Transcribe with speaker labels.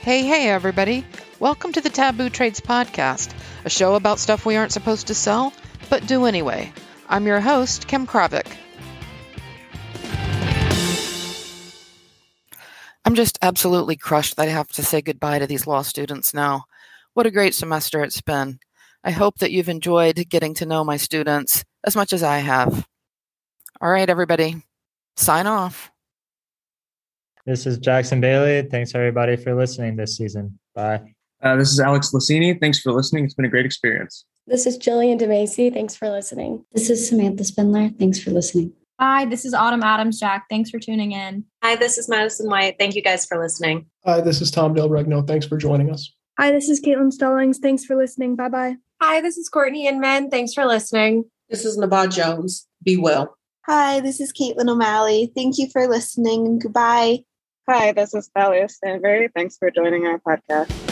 Speaker 1: Hey, hey, everybody. Welcome to the Taboo Trades Podcast, a show about stuff we aren't supposed to sell, but do anyway. I'm your host, Kim Kravik. I'm just absolutely crushed that I have to say goodbye to these law students now. What a great semester it's been. I hope that you've enjoyed getting to know my students as much as I have. All right, everybody, sign off.
Speaker 2: This is Jackson Bailey. Thanks everybody for listening this season. Bye.
Speaker 3: Uh, this is Alex Lacini. Thanks for listening. It's been a great experience.
Speaker 4: This is Jillian DeMacy. Thanks for listening.
Speaker 5: This is Samantha Spindler. Thanks for listening.
Speaker 6: Hi, this is Autumn Adams Jack. Thanks for tuning in.
Speaker 7: Hi, this is Madison White. Thank you guys for listening.
Speaker 8: Hi, this is Tom Delbregno. Thanks for joining us.
Speaker 9: Hi, this is Caitlin Stallings. Thanks for listening. Bye bye.
Speaker 10: Hi, this is Courtney Inman. Thanks for listening.
Speaker 11: This is Nabat Jones. Be well.
Speaker 12: Hi, this is Caitlin O'Malley. Thank you for listening and goodbye.
Speaker 13: Hi, this is Thalia Stanbury. Thanks for joining our podcast.